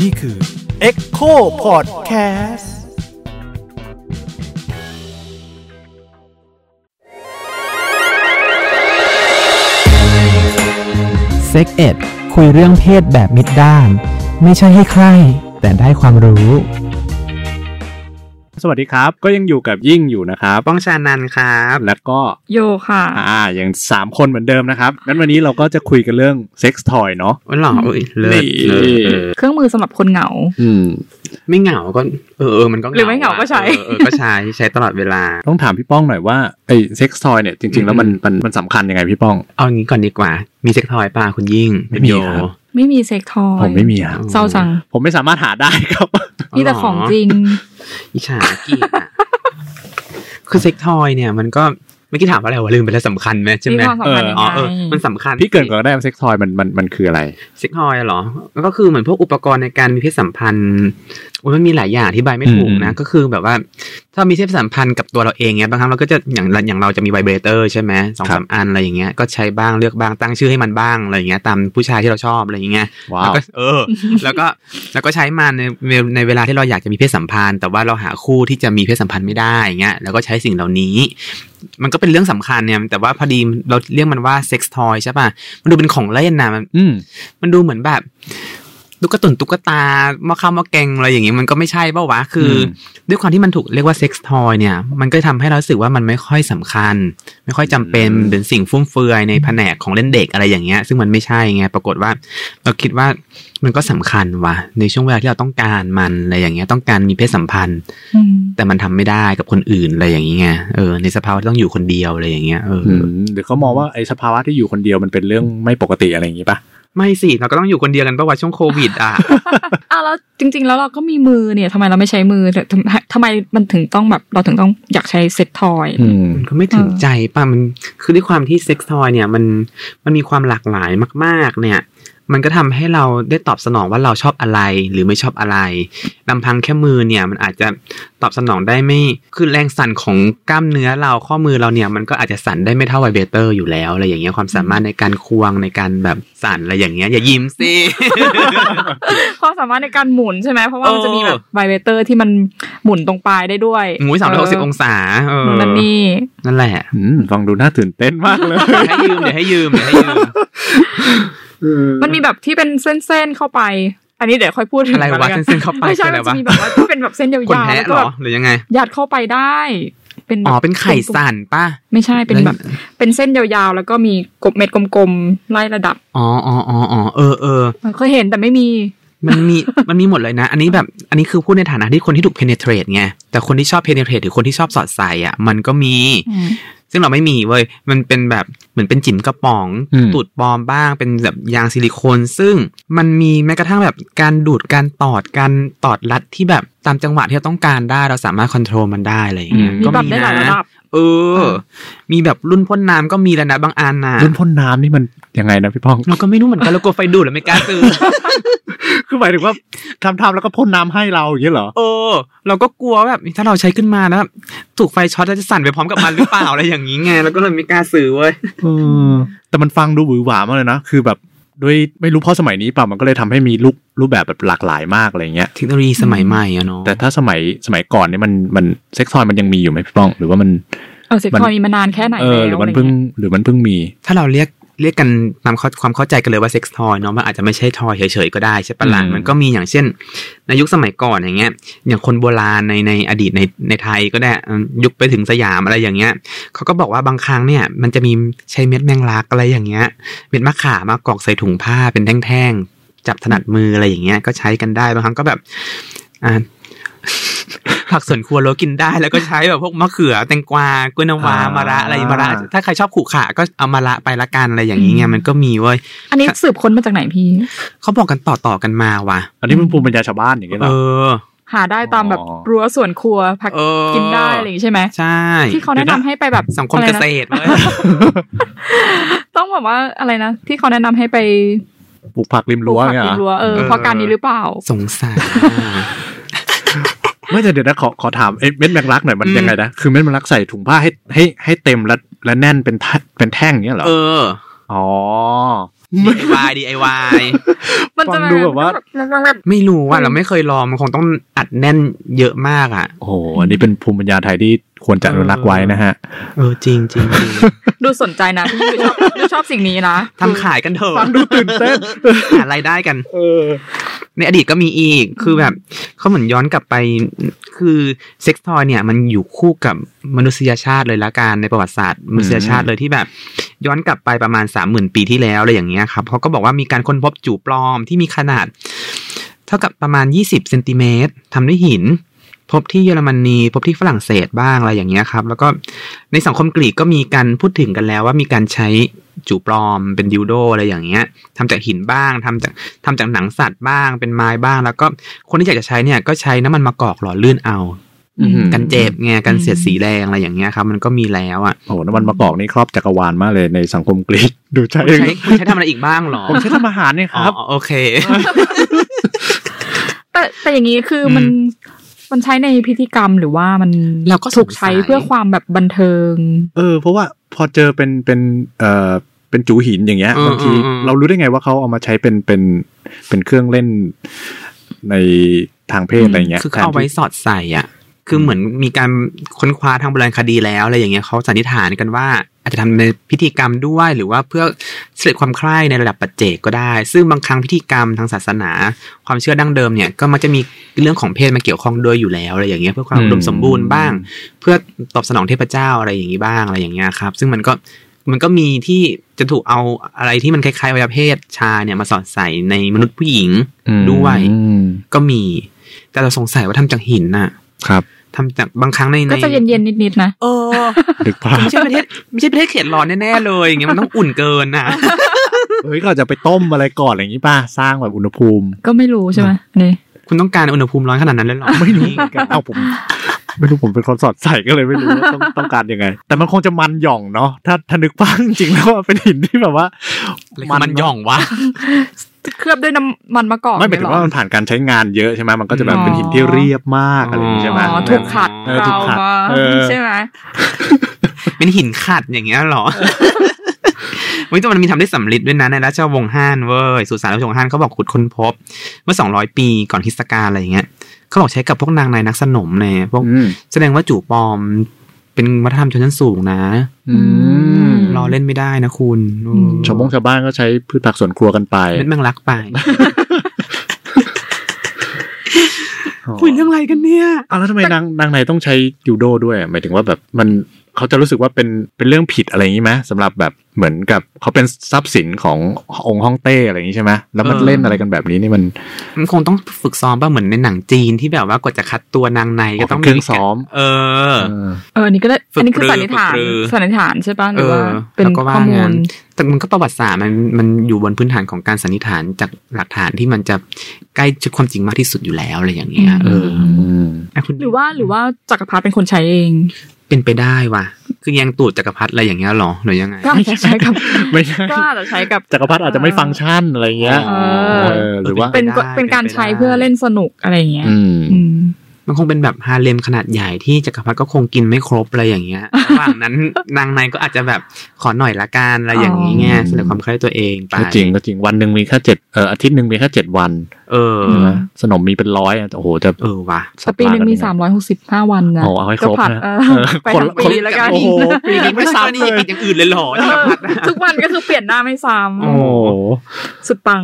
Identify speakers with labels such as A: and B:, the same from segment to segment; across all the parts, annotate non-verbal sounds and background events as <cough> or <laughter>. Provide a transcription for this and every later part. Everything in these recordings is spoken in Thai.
A: นี่คือ Echo Podcast
B: เซ็กเอ็ดคุยเรื่องเพศแบบมิดด้าน ไม่ใช่ให้ใคร แต่ได้ความรู้
C: สวัสดีครับ ก็ยังอยู่กับยิ่งอยู่นะครับ
D: ป้องชานันครับ
C: แล้วก็
E: โยค่ะ
C: อ่าอย่างสามคนเหมือนเดิมนะครับงั้นวันนี้เราก็จะคุยกันเรื่องเซ็กส์ทอยเนาะ
D: วันหล่ออุ้ยเลิศ
C: นี่
D: เลิศเออ
E: เครื่องมือสำหรับคนเหงา
C: อืม
D: ไม่เหงาก็เออเออมันก็
E: หรือไม่เหงาก็ใช้
D: เออเออก็ใช้ใช้ตลอดเวลา
C: ต้องถามพี่ป้องหน่อยว่าไอ้เซ็กส์ทอยเนี่ยจริงๆ แล้วมันมันมันสำคัญยังไงพี่ป้อง
D: เอางี้ก่อนดีกว่า มีเซ็กทอยป่ะคุณยิ่ง
C: ไม่มี
D: โย
C: ครับ
E: ไม่มีเซ็กทอย
C: ผมไม่มีอะ
E: เศร้าจัง
C: ผมไม่สามารถหาได้ครับ
E: นี่แต่ของจริง
D: อิจฉาเกลียดอะ <laughs> คือเซ็กทอยเนี่ยมันก็เมื่อกี้ถามว่าอะไรวะลืมไปแล้วสำคัญไหมใช่ไหม
E: มีความสำคัญยังไง
D: อ๋อเออมันสำคัญ
C: พี่เกรินก่อนก็ได้ว่าเซ็กส์ทอยมันมันมันคืออะไร
D: เซ็กทอยเหรอ ก็คือเหมือนพวกอุปกรณ์ในการมีเพศสัมพันธ์โอ้ยมันมีหลายอย่างที่ใบายไม่ถูกนะ
C: อืม
D: ก็คือแบบว่า ถ้ามีเพศสัมพันธ์กับตัวเราเองเนี้ยบางครั้งเราก็จะอย่างอย่างเราจะมีไวเบรเตอร์ใช่ไหมสองสามอันอะไรอย่างเงี้ย ก็ใช้บ้างเลือกบ้างตั้งชื่อให้มันบ้างอะไรอย่างเงี้ยตามผู้ชายที่เราชอบอะไรอย่างเงี้ย
C: ว้า
D: แล้ว
C: ว
D: ก็เออ <laughs> แล้วก็แล้วก็ใช้มันในเวลในเวลาที่เราอยากจะมีเพศสัมพันธ์ แต่ว่าเราหาคู่ที่จะมีเพศสัมพันธ์ไม่ได้อย่างเงี้ยแล้วก็ใช้สิ่งเหล่านี้ มันก็เป็นเรื่องสำคัญเนี่ยแต่ว่าพอดีเราเรียกมันว่าเซ็กซ์ทอยใช่ป่ะมันดูเป็นของเล่นนะมัน
C: อืม
D: มันดูเหมือนแบบตุ๊กตุนตุ๊กตาหมาข้าวหมาแกงอะไรอย่างงี้มันก็ไม่ใช่เป้าวะ คือ
C: อืม
D: ด้วยความที่มันถูกเรียกว่าเซ็กซ์ทอยเนี่ย มันก็ทำให้เรารู้สึกว่ามันไม่ค่อยสำคัญ ไม่ค่อยจำเป็นเป็นสิ่งฟุ่มเฟือยในแผนกของเล่นเด็กอะไรอย่างเงี้ย ซึ่งมันไม่ใช่ไงปรากฏว่า เราคิดว่ามันก็สำคัญวะในช่วงเวลาที่เราต้องการมันอะไรอย่างเงี้ยต้องการมีเพศสัมพันธ์
E: อืม
D: แต่มันทำไม่ได้กับคนอื่นอะไรอย่างงี้ไงเออในสภาวะที่ต้องอยู่คนเดียวอะไรอย่างเงี้ยเอออ
C: อืมหรือเขามองว่าไอ้สภาวะที่อยู่คนเดียวมันเป็นเรื่องไม่ปกติอะไรอย่างงี้ปะ
D: ไม่สิเราก็ต้องอยู่คนเดียวกันปะวะช่วงโควิด อ่ะ
E: อ้าวแล้วจริง ๆ แล้วเราก็มีมือเนี่ยทำไมเราไม่ใช้มือทำทำไมมันถึงต้องแบบเราถึงต้องอยากใช้เซ็ตทอย
C: อืม
D: มันก็ไม่ถึง
E: เออ
D: ใจป่ะมันคือด้วยความที่เซ็กซ์ทอยเนี่ยมันมันมีความหลากหลายมาก ๆ เนี่ย มันก็ทำให้เราได้ตอบสนองว่าเราชอบอะไรหรือไม่ชอบอะไรลำพังแค่มือเนี่ยมันอาจจะตอบสนองได้ไม่คือแรงสั่นของกล้ามเนื้อเราข้อมือเราเนี่ยมันก็อาจจะสั่นได้ไม่เท่าไวเบรเตอร์อยู่แล้วอะไรอย่างเงี้ยความสามารถในการควงในการแบบสั่นอะไรอย่างเงี้ยอย่ายิ้ม
E: <laughs>
D: สิ
E: ความสามารถในการหมุนใช่ไหมเพราะว่า
D: เออ
E: มันจะมีแบบไวเบเตอร์ที่มันหมุนตรงปลายได้ด้วย
D: หมุนสามร้อยหกสิบองศาเออ
E: หมุนนั่นนี่
D: นั่นแหละ
C: อืมฟังดูน่าตื่นเต้นมากเลย
D: เดี๋ยวให้ยืมเดี๋ยวให้ยืมเดี๋ยวให้ยื
E: <laughs>
D: ม
E: มันมีแบบที่เป็นเส้นๆเข้าไป อันนี้เดี๋ยวค่อยพูดถึง
D: อะไร
E: กั
D: วะ
E: แล้วกั
D: เส้นๆเข้าไป
E: ไม่ใช่
D: คืออะไร
E: มันจะ
D: วะ
E: มีแบบว่าที่เป็นแบบเส้นยาว
D: คน
E: ๆ
D: แพ้
E: แล้ว
D: เห
E: ก็
D: ร
E: แบ
D: อบ หรือยังไง
E: ยัดเข้าไปได้เป็นแบบ
D: อ๋อ เป็นไข่สั่นป่ะ
E: ไม่ใช่เป็นแบบเป็นเส้นยาวๆ แล้วก็มีกบเม็ดกลมๆ ไล่ระดับ
D: อ๋ออ๋ออ๋ออ๋อเออเออ
E: เคยเห็นแต่ไม่มี
D: มันมี <laughs> มันมีหมดเลยนะ อันนี้แบบ อันนี้คือพูดในฐานะที่คนที่ถูก penetrate ไง แต่คนที่ชอบ penetrate หรือคนที่ชอบสอดใส่อ่ะ มันก็มี ซึ่งเราไม่มีเว้ย มันเป็นแบบ เหมือนเป็นจิ๋มกระป๋อง
C: อืม
D: ตูดปลอมบ้าง เป็นแบบยางซิลิโคน ซึ่งมันมีแม้กระทั่งแบบการดูด การตอด การตอดรัดที่แบบตามจังหวะที่เราต้องการได้ เราสามารถควบคุมมันได้อะไรอย่างเงี้ย
E: มี
D: ก็
E: แบบ
D: มี
E: ได้หลาย
D: นะ
E: ระดับ
D: เออ มีแบบรุ่นพ่นน้ำก็มีแล้วนะบางอันน่ะ
C: รุ่นพ่นน้ำนี่มันยังไงนะพี่ป้อง
D: เราก็ไม่รู้เหมือนกันเรากลัวไฟดูดเราไม่กล้าซื้อ
C: คือหมายถึงว่าทำทำๆแล้วก็พ่นน้ำให้เราอย่างเงี้ยเหรอ
D: เออ เราก็กลัวว่าแบบถ้าเราใช้ขึ้นมาแล้วแบบถูกไฟช็อตแล้วจะสั่นไปพร้อมกับมันหรือเปล่า อะไรอย่างนี้ <laughs> ไงเราก็เลยไม่กล้าซื้อเว้ย
C: เออแต่มันฟังดูหวือหวามากเลยนะ คือแบบด้วยไม่รู้เพราะสมัยนี้เปล่ามันก็เลยทำให้มีรูปรูปแบบแบบหลากหลายมากอะไรเงี้ย
D: เทคโนโลยีสมัยใหม่อะเนาะ
C: แต่ถ้าสมัยสมัยก่อนเนี่ยมันมันเซ็กซ์ทอยมันยังมีอยู่ไหมพี่ป้อง หรือว่ามัน
E: เออเซ็กทอ
C: มั
E: ย
C: น
E: มีมานานแค่ไหน
C: เออห
E: แล้ว
C: รือ
E: อะ
C: มัน
E: ไร
C: เพิ่ง
E: เงี้ย
C: หรือมันเพิ่งมี
D: ถ้าเราเรียกเรียกกันตามข้อความเข้าใจกันเลยว่าเซ็กซ์ทอยเนาะมันอาจจะไม่ใช่ทอยเฉยๆก็ได้ใช่ปะล่ะ
C: อืม
D: มันก็มีอย่างเช่น ในยุคสมัยก่อนอย่างเงี้ย อย่างคนโบราณในในอดีตในในไทยก็ได้อืมยุคไปถึงสยามอะไรอย่างเงี้ยเขาก็บอกว่าบางครั้งเนี่ย มันจะมีใช้เม็ดแมงลักอะไรอย่างเงี้ย เม็ดมะขามมากรอกใส่ถุงผ้าเป็นแท่งๆ จับถนัดมืออะไรอย่างเงี้ยก็ใช้กันได้บางครั้งก็แบบอ่า <laughs> ผักสวนครัวโลกินได้ แล้วก็ใช้แบบพวกมะเขือแตงกวากล้วยน้ำว้า
C: อ่าม
D: มะระอะไรมะระถ้าใครชอบขู่ขาก็เอามะระไปละกันอะไรอย่างเงี้ยมันก็มีเว้ย
E: อันนี้สืบค้นมาจากไหนพี่
D: เขาบอกกันต่อๆกันมาว่ะ
C: อันนี้มันภูมิปัญญาชาวบ้านอย่างเงี้ยเหร
D: เอ
C: อ
D: อ
E: หาได้ตามแบบ
C: อ๋อ
E: รั้วสวนครัวผัก
D: เออ
E: กินได้อะไรอย่างงี้ใช่ไหม
D: ใช่
E: ที่เขาแนะนำให้ไปแบบ
D: สังคม
E: อะไร
D: เก
E: นะ
D: ษตรเว้ย
E: ต้องแบบว่าอะไรนะที่เขาแนะนำให้ไป
C: ปลูกผักริม
E: ปลู
C: รั้
E: ก
C: ว
E: ผัก
C: เนี่ย
E: กิ
C: เหร
E: นรั้
C: อ
E: วเออ
D: เออ
E: เพราะการนี้หรือเปล่า
D: สงสาร
C: ไม่แต่เดี๋ยวนะขอขอถามไอ้เม็ดแมงลักหน่อยมัน
D: อืม
C: ยังไงนะคือเม็ดแมงลักใส่ถุงผ้าให้ให้ให้เต็มและและแน่นเป็นแท่งเป็นแท่งอย่างเงี้ยเหรอ
D: เออ
C: อ๋อ
D: DIY DIY
E: มันจะ
C: ฟังดูแบบว่า
D: ไม่รู้ว่าเราไม่เคยลองมันคงต้องอัดแน่นเยอะมากอ่ะ
C: โอ้โหอันนี้เป็นภูมิปัญญาไทยที่ควรจะอนุรักษ์ไว้นะฮะ
D: เออจริงจริงจริง
E: ดูสนใจนะพี่ดูชอบดูชอบสิ่งนี้นะ
D: ทำขายกันเถอะ
C: ฟังดูตื่นเต้น
D: <laughs> หารายได้กัน
C: เออ
D: ในอดีตก็มีอีก คือแบบเขาเหมือนย้อนกลับไป คือเซ็กซ์ทอยเนี่ยมันอยู่คู่กับมนุษยชาติเลยละกันในประวัติศาสตร์มนุษยชาติเลยที่แบบ ย้อนกลับไปประมาณสามหมื่นปีที่แล้วอะไรอย่างเงี้ยครับเขาก็บอกว่ามีการค้นพบจู่ปลอมที่มีขนาด เท่ากับประมาณยี่สิบเซนติเมตรทำด้วยหิน พบที่เยอรมนีพบที่ฝรั่งเศสบ้างอะไรอย่างเงี้ยครับ แล้วก็ในสังคมกรีกก็มีการพูดถึงกันแล้วว่ามีการใช้จู่ปลอมเป็นดิวโดอะไรอย่างเงี้ยทำจากหินบ้างทำจาก ทำจากหนังสัตว์บ้างเป็นไม้บ้าง แล้วก็คนที่อยากจะใช้เนี่ยก็ใช้น้ำมันมะกอกหล่อลื่นเอา
E: อืม
D: กันเจ็บไงกันเสียดสีแรงอะไรอย่างเงี้ยครับ มันก็มีแล้วอ่ะ
C: โอ้โหน้ำมันมะกอกนี่ครอบจักรวาลมากเลยในสังคมกรีกดูใช้
D: คุณใช้คุณใช้ทำอะไรอีกบ้างหรอ
C: ผมใช้ทำอาหารเนี่ยค
D: อ๋อ
C: รับ
D: โอเค
E: แต่แต่อย่างนี้คือมัน
D: อืม
E: มันใช้ในพิธีกรรมหรือว่ามัน
D: เราก็สงสัย
E: ถูกใช้เพื่อความแบบบันเทิง
C: เออ เพราะว่าพอเจอเป็นเป็นเอ่อเป็นจูหินอย่างเงี้ย
D: อืม
C: บางที
D: อืม
C: เรารู้ได้ไงว่าเขาเอามาใช้เป็นเป็นเป็นเครื่องเล่นในทางเพศอะไรเงี้ย
D: คือเขาเอาไว้
C: แทนที่
D: สอดใส่อ่ะ คือเหมือนมีการค้นคว้าทางโบราณคดีแล้วอะไรอย่างเงี้ยเขาสันนิษฐานกันว่า อาจจะทำในพิธีกรรมด้วยหรือว่าเพื่อเสด็จความใคร่ในระดับปัจเจกก็ได้ ซึ่งบางครั้งพิธีกรรมทางศาสนา ความเชื่อดั้งเดิมเนี่ยก็มักจะมีเรื่องของเพศมาเกี่ยวข้องด้วยอยู่แล้วอะไรอย่างเงี้ยเพื่อความอุดมสมบูรณ์บ้าง เพื่อตอบสนองเทพเจ้าอะไรอย่างนี้บ้างอะไรอย่างเงี้ยครับ ซึ่งมันก็มันก็มีที่จะถูกเอาอะไรที่มันคล้ายๆอวัยวะเพศชายเนี่ยมาสอดใส่ในมนุษย์ผู้หญิง
C: อืม
D: ด้วย
C: อืม
D: ก็มี แต่เราสงสัยว่าทำจากหินน่ะ
C: ครับ
D: ทำจากบางครั้งในใน
E: ก็จะเย็นๆนิดๆนะ
D: เออ
C: ดึกภาพ
D: ไม่ใช่ประเทศไม่ใช่ประเทศเขตร้อนแน่ๆเลยอย่างเงี้ยมันต้องอุ่นเกิน
E: <laughs>
D: น่ะ
C: เฮ้ยก็อาจจะไปต้มอะไรก่อนอะไรอย่างงี้ป่ะสร้างแบบอุณหภูมิ
E: ก็ไม่รู้ใช่ไหมนี่
D: คุณต้องการอุณหภูมิร้อนขนาดนั้นเลยเหรอ
C: ไม่รู้เหมือนกันเอ้าผม ไม่รู้ผมเป็นคนสอดใส่ก็เลยไม่รู้ว่าต้องต้องการยังไง แต่มันคงจะมันหย่องเนาะถ้าถ้านึกภาพจริงๆแล้วว่าเป็นหินที่แบบว่า
D: มันมันหย่องวะ
E: เคลือบด้วยน้ำมันมะกอก
C: ไม่หมายถึ
E: เนี่
C: ง
E: ยหรอ
C: ว่ามันผ่านการใช้งานเยอะใช่ไหมมันก็จะแบบ
E: อ๋อ
C: เป็นหินที่เรียบมากอะไรอย่างนี้ใช่ไหม
E: อ๋อถูกขัด
D: เออ
E: เก
C: ถู
E: ลาก
C: ขัด
E: มา
C: เออ
E: ใช่ไหม
D: เป็นหินขัดอย่างเงี้ยเหร
C: <laughs>
D: อ เฮ้ยแต่มันมีทำได้สำลิดด้วยนะในราชวงศ์ฮั่นเว้ยสุสานราชวงศ์ฮั่นเขาบอกขุดค้นพบ เมื่อ 200 ปีก่อนคริสตกาลอะไรอย่างเงี้ยเขาบอกใช้กับพวกนางในายนักสนมในพวก
C: อืม
D: แสดงว่าจู่ปลอม เป็นวัฒนธรรมชนชั้นสูงนะ
C: อืม
D: รอเล่นไม่ได้นะคุณอืม
C: ชาวบงชาวบ้านก็ใช้พืชผักสวนครัวกันไป
D: เม็ดแมงลักไป
C: อ๋อ
D: คุยเรื่องอะไรกันเนี่ย
C: อ้าวแล้วทำไมนางนางในต้องใช้ยูโดด้วยหมายถึงว่าแบบมันเขาจะรู้สึกว่าเป็นเป็นเรื่องผิดอะไรอย่างนี้ไหมสำหรับแบบเหมือนกับเขาเป็นทรัพย์สินขององค์ฮ่องเต้อะไรอย่างนี้ใช่ไหมแล้วมัน
D: เออ
C: เล่นอะไรกันแบบนี้นี่มัน
D: มันคงต้องฝึกซ้อมป่ะเหมือนในหนังจีนที่แบบว่ากว่าจะคัดตัวนางในก็ต้อง
C: เป็นเครื่องซ้อม
D: เออ
C: เออ
E: เอออันนี้ก็ได้
D: ฝึก
E: อันนี้คือ
D: ปรือ
E: สันนิษฐาน
D: ฝึกปรือ
E: สันนิษฐานใช่ป่ะห
D: เอ
E: รือว่า
D: อ
E: เป็น
D: แล้วก็ว่า
E: ข้อมู
D: งา
E: ล
D: นแต่มันก็ประวัติศาสตร์มันมันอยู่บนพื้นฐานของการสันนิษฐานจากหลักฐานที่มันจะใกล้จุดความจริงมากที่สุดอยู่แล้วอะไรอย่างเงี้ยเอออ่ะคุณ
E: หรือว่าหรือว่าจักรพรรดิเป็นคนใช้เอง
D: เป็นไปได้ว่ะ คือแยังตูดจักรพรรดิอะไรอย่างเงี้ยหรอหรือยังไง
E: ก็อาจจะใช้กับ
C: ไม่ใช่
E: ก็อาจจะใช้กับ
C: จักรพรรดิอาจจะไม่ฟังก์ชันอะไรเงี้ย
E: เออ
C: เออหรือว่า
E: เป็นก็
D: ได้
E: เป็นการ
D: เป็นไปได้
E: ใช้เพื่อเล่นสนุกอะไรอย่างเงี้ย
C: อืม
E: อืม
D: มันคงเป็นแบบฮาเลมขนาดใหญ่ที่จักรพรรดิก็คงกินไม่ครบอะไรอย่างเงี้ย ระหว่างนั้นนางในก็อาจจะแบบขอหน่อยละกันอะไรอย่างนี้ไง
C: อ๋อ
D: แสดงความใคร่ตัวเองไป
C: ก็จริงก็จริงวันหนึ่งมีแค่เจ็ดเอ่ออาทิตย์หนึ่งมีแค่เจ็ดวัน
D: เออ
E: อื
C: ใช่ไหมสนมมีเป็นร้อยอ่ะโอ้โหจะ
D: เออว่ะ
E: แต่ปีหนึ่งมีสามร้อยหกสิบห้าวันนะ
C: โอ้เอาให้ค
E: ก็
C: รบ
E: ผัด
C: นะ
E: เอ
C: เอ
E: อ
C: อ
E: ไป
C: คน
E: ทั้ง
C: คน
E: ปีแล้วกัน
C: โอ้โหปีหนึงไม่ซ้ำเลย
D: อีกอย่างอื่นเลยหรอ
E: เออ <laughs> ทุกวันก็คือเปลี่ยนหน้าไม่ซ้
D: โอ้
C: โอ้โห
E: ำสุดปัง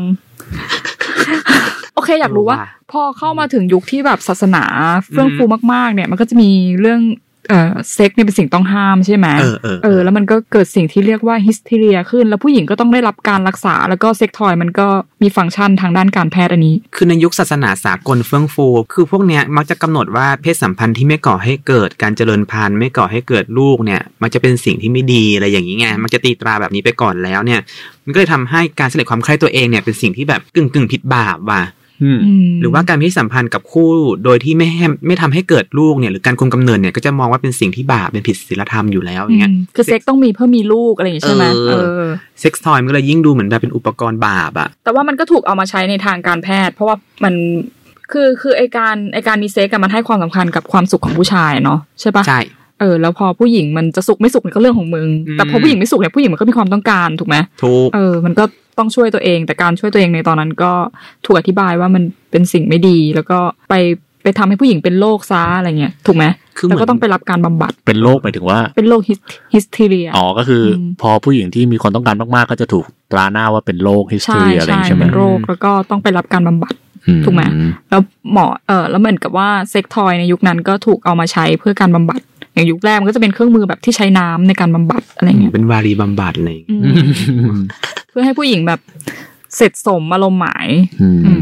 E: โอเคอยากรู้ว่า
D: เออว่ะ
E: พอเข้ามาถึงยุคที่แบบศาสนาเฟื่องฟูมากๆ เนี่ย มันก็จะมีเรื่องเอ่อเซ็กเนี่ยเป็นสิ่งต้องห้ามใช่ไหม
D: เออเออ
E: เออ แล้วมันก็เกิดสิ่งที่เรียกว่าฮิสเทเรียขึ้น แล้วผู้หญิงก็ต้องได้รับการรักษา แล้วก็เซ็กทอยมันก็มีฟังก์ชันทางด้านการแพทย์อันนี้
D: คือในยุคศาสนาสากลเฟื่องฟู คือพวกเนี้ยมักจะกำหนดว่าเพศสัมพันธ์ที่ไม่ก่อให้เกิดการเจริญพันธุ์ไม่ก่อให้เกิดลูกเนี่ย มันจะเป็นสิ่งที่ไม่ดีอะไรอย่างนี้ไงมันจะตีตราแบบนี้ไปก่อนแล้วเนี่ย มันก็เลยทำให้การเสนอความใคร่ตัวเองเนี่ยเป็นสิ่งที่แบบกึ่งกึ่งๆผิดบาปว่ะ
C: อืม
E: อืม
D: หรือว่าการมีสัมพันธ์กับคู่โดยที่ไม่ให้ไม่ทำให้เกิดลูกเนี่ยหรือการคุมกำเนิดเนี่ยก็จะมองว่าเป็นสิ่งที่บาปเป็นผิดศีลธรรมอยู่แล้วอย่างเงี้ย
E: มคือเซ็กต้องมีเพื่อมีลูกอะไรอย่างงี้ใช่ไหม
D: เอ
E: เอ
D: อ
E: อ
D: เซ็กซ์ทอยมันก็เลยยิ่งดูเหมือนแบบเป็นอุปกรณ์บาปอะ
E: แต่ว่ามันก็ถูกเอามาใช้ในทางการแพทย์ เพราะว่ามันคือคือไอการไอการมีเซ็กอะมันให้ความสำคัญกับความสุขของผู้ชายเนาะใช่ปะ
D: ใช่
E: เออแล้วพอผู้หญิงมันจะสุขไม่สุขเนี่ยก็เรื่องของมึง
D: อืม
E: แต่พอผู้หญิงไม่สุขเนี่ยผู้หญิงมันก็มีความต้องการถูกไหม
D: ถูก
E: เออ มันก็ต้องช่วยตัวเอง แต่การช่วยตัวเองในตอนนั้นก็ถูกอธิบายว่ามันเป็นสิ่งไม่ดี แล้วก็ไปไปทำให้ผู้หญิงเป็นโรคซะอะไรเงี้ยถูกไหม
D: คือเหมื
E: แล้ว
D: อน
E: ก็ต้องไปรับการบำบัด
C: เป็นโรคหมายถึงว่า
E: เป็นโรคฮิสทีเรีย
C: อ๋อ ก็คืออ
E: ม
C: พอผู้หญิงที่มีความต้องการมากๆ ก็จะถูกตราหน้าว่าเป็นโรคฮิส
E: ใช่
C: เทียอะไรอย่า
E: ใช่
C: งนี้ใช่ไหม
E: เป็นโรคแล้วก็ต้องไปรับการบำบัด
C: อื
E: ถูกไหม แล้วหมอเออแล้วเหมือนกับว่าเซ็กทอยในยุคนั้นก็ถูกเอามาใช้เพื่อการบำบัด อย่างยุคแรกมันก็จะเป็นเครื่องมือแบบที่ใช้น้ำในการบำบัดอะไรเงี้ย
D: เป็นวารีบำบัดอะไรอย่างเงี้ย
E: อืมเพื่อให้ผู้หญิงแบบเสร็จสมอารมณ์หมาย
C: อืม
E: อื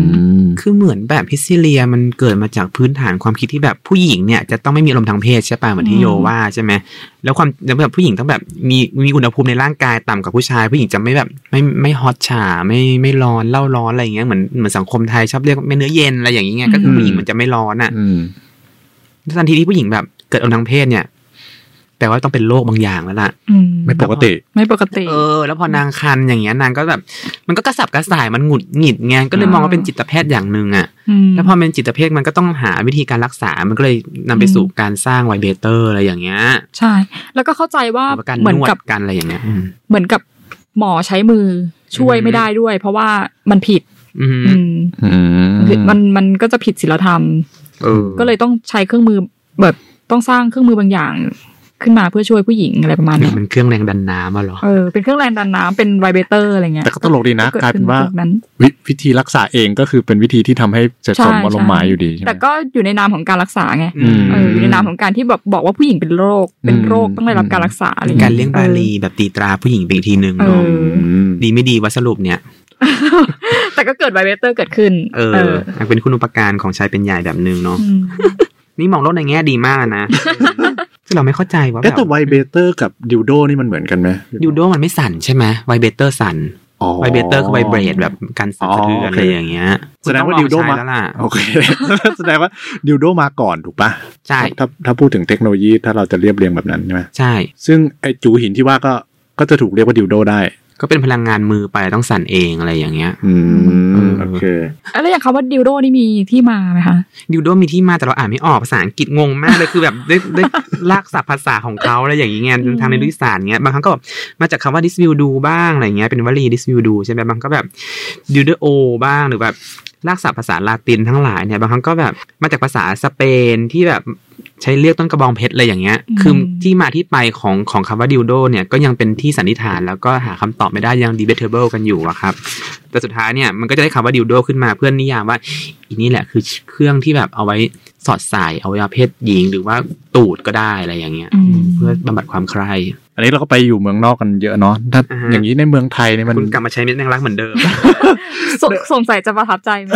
D: คือเหมือนแบบฮิสซิเลียมันเกิดมาจากพื้นฐานความคิดที่แบบผู้หญิงเนี่ยจะต้องไม่มีลมณ์ทางเพศใช่ป่ะเหมือนที่
E: อืม
D: โยว่าใช่ไหมแล้วความแล้วแบบผู้หญิงต้องแบบมีมีอุณหภูมิในร่างกายต่ำกว่าผู้ชาย ผู้หญิงจะไม่แบบไม่ไม่ฮอตฉ่าไม่ไม่ร้อนเล่าร้อนอะไรอย่างเงี้ยเหมือนเหมือนสังคมไทยชอบเรียกไม่เนื้อเย็นอะไรอย่างเงี้ยก็คือผู้หญิงมันจะไม่ร้อนอ่ะ
C: อืม
D: ทันทีที่ผู้หญิงแบบเกิดอมทางเพศเนี่ยแปลว่าต้องเป็นโรคบางอย่างแล้วล่ะ
E: อืม
C: ไม่ปกติ
E: ไม่ปกติ
D: เออ แล้วพอนางคันอย่างเงี้ยนางก็แบบ มันก็กระสับกระส่ายมันหงุดหงิดไงก็เลย
E: อ่ามม
D: องว่าเป็นจิตแพทย์อย่างหนึ่งอะ
E: ม
D: แล้วพอเป็นจิตแพทย์มันก็ต้องหาวิธีการรักษา มันก็เลยนำไป
E: อืม
D: สู่การสร้างไวเบเตอร์อะไรอย่างเงี้ย
E: ใช่ แล้วก็เข้าใจว่า
D: หรือว่าการ
E: เหมือน
D: นวด
E: กับ
D: การอะไรอย่างเงี้ยอืม
E: เหมือนกับหมอใช้มือช่วย
D: อืม
E: ไม่ได้ด้วย เพราะว่ามันผิด
D: อืม
E: อืม
C: อื
E: มันมันก็จะผิดศีลธรรม
D: เออ
E: ก็เลยต้องใช้เครื่องมือแบบต้องสร้างเครื่องมือบางอย่างขึ้นมาเพื่อช่วยผู้หญิงอะไรประมาณ
D: หรือ
E: เนี้ย
D: มันเครื่องแรงดันน้ำอะเหรอ
E: เออเป็นเครื่องแรงดันน้ำเป็นไวเบเตอร์อะไรเงี้ย
C: แต่ก็ตลกดีนะ
E: ด
C: กลายเป็นว่า
E: ขึ้แบบนั้น
C: วิวิธีรักษาเองก็คือเป็นวิธีที่ทำให้เสร็จสม
E: ใช่
C: อารมณ์หมาย
E: ใช่
C: อยู่ดีใช่ไหม
E: แต่ก็อยู่ในนามของการรักษาไง
D: อืม
E: เอออยู่ในนามของการที่แบบบอกว่าผู้หญิงเป็นโรคเป็นโรค
C: อืม
E: ต้องได้รับการรักษาอะไร
D: การ
E: เงี้ย
D: เลี้ยงบาลีแบบตีตราผู้หญิงไปอีกทีหนึ่ง
E: เอ
D: เนาะ
E: อ
C: อืม
D: ดีไม่ดีวัสรุปเนี่ย
C: <laughs>
E: แต่ก็เกิดไวเบเตอร์เกิดขึ้น
D: เออมันเป็นคุณอุปการของชายเป็นใหญ่แบบหนึ่งเนาะ
E: ม
D: นี่มองโลกในแง่ดีมาก
E: <laughs>
D: นะ คือเราไม่เข้าใจว่าแบ
C: เอ๊ะ
D: บ
C: แต่ไวเบเตอร์กับดิวโดนี่มันเหมือนกันไหม
D: ยูโดมันไม่สั่นใช่ไหมไวเบเตอร์สั่น
C: อ๋อ
D: ไวเบเตอร์คือไวเบรดแบบการสั่นสะเทือ
C: อ๋อโอ
D: นอะ
C: เค
D: ไรอย่างเงี้ย
C: แสดงว่า
D: คุณ
C: ดิวโด
D: ต้อลอใช้
C: มา
D: แล้วล่ะ
C: โอเค <laughs> แสดงว่าดิวโดมาก่อนถูกปะ
D: ใช่
C: ถ้าถ้าพูดถึงเทคโนโลยีถ้าเราจะเรียบเรียงแบบนั้นใช่ไหม
D: ใช่
C: ซึ่งไอจูหินที่ว่าก็ก็จะถูกเรียกว่าดิวโดได้
D: ก็เป็นพลังงานมือไปต้องสั่นเองอะไรอย่างเงี้ย
C: อืม
D: โอ
C: โอ
D: เค
C: เค
E: แล้วอย่างคำว่าดิวโดนี่มีที่มาไหมคะ
D: ดิวโดมีที่มาแต่เราอ่านไม่ออกภาษาอังกฤษงงมากเลยคือแบบ <laughs> ได้ได้ลากศัพท์ภาษาของเขาอะไรอย่างเงี้ย
E: อืม
D: ทางในดุสารเงี้ยบางครั้งก็แบบมาจากคำว่า this will do บ้างอะไรเงี้ยเป็นวลี this will do ใช่ไหมบางครั้งก็แบบ d u d o บ้างหรือแบบลากศัพท์ภาษาลาตินทั้งหลายเนี่ยบางครั้งก็แบบมาจากภาษาสเปนที่แบบใช้เรียกต้นกระบองเพชรอะไรอย่างเงี้ย คือที่มาที่ไปของของคำว่าดิวโดเนี่ยก็ยังเป็นที่สันนิษฐานแล้วก็หาคำตอบไม่ได้ยัง debatable กันอยู่อะครับ แต่สุดท้ายเนี่ยมันก็จะได้คำว่าดิวโดขึ้นมาเพื่อนนิยามว่าอีนี่แหละคือเครื่องที่แบบเอาไว้สอดใส่เอาไว้เพศหญิงหรือว่าตูดก็ได้อะไรอย่างเงี้ย
E: อืม
D: เพื่อบำบัดความใคร่
C: อันนี้เราก็ไปอยู่เมืองนอกกันเยอะเนาะถ้า
D: อ่าฮะ
C: อย่างนี้ในเมืองไทยเนี่ยมัน
D: คุณกลับมาใช้เม็ดแมงลักเหมือนเดิม
E: สสงสัยจะประทับใจไหม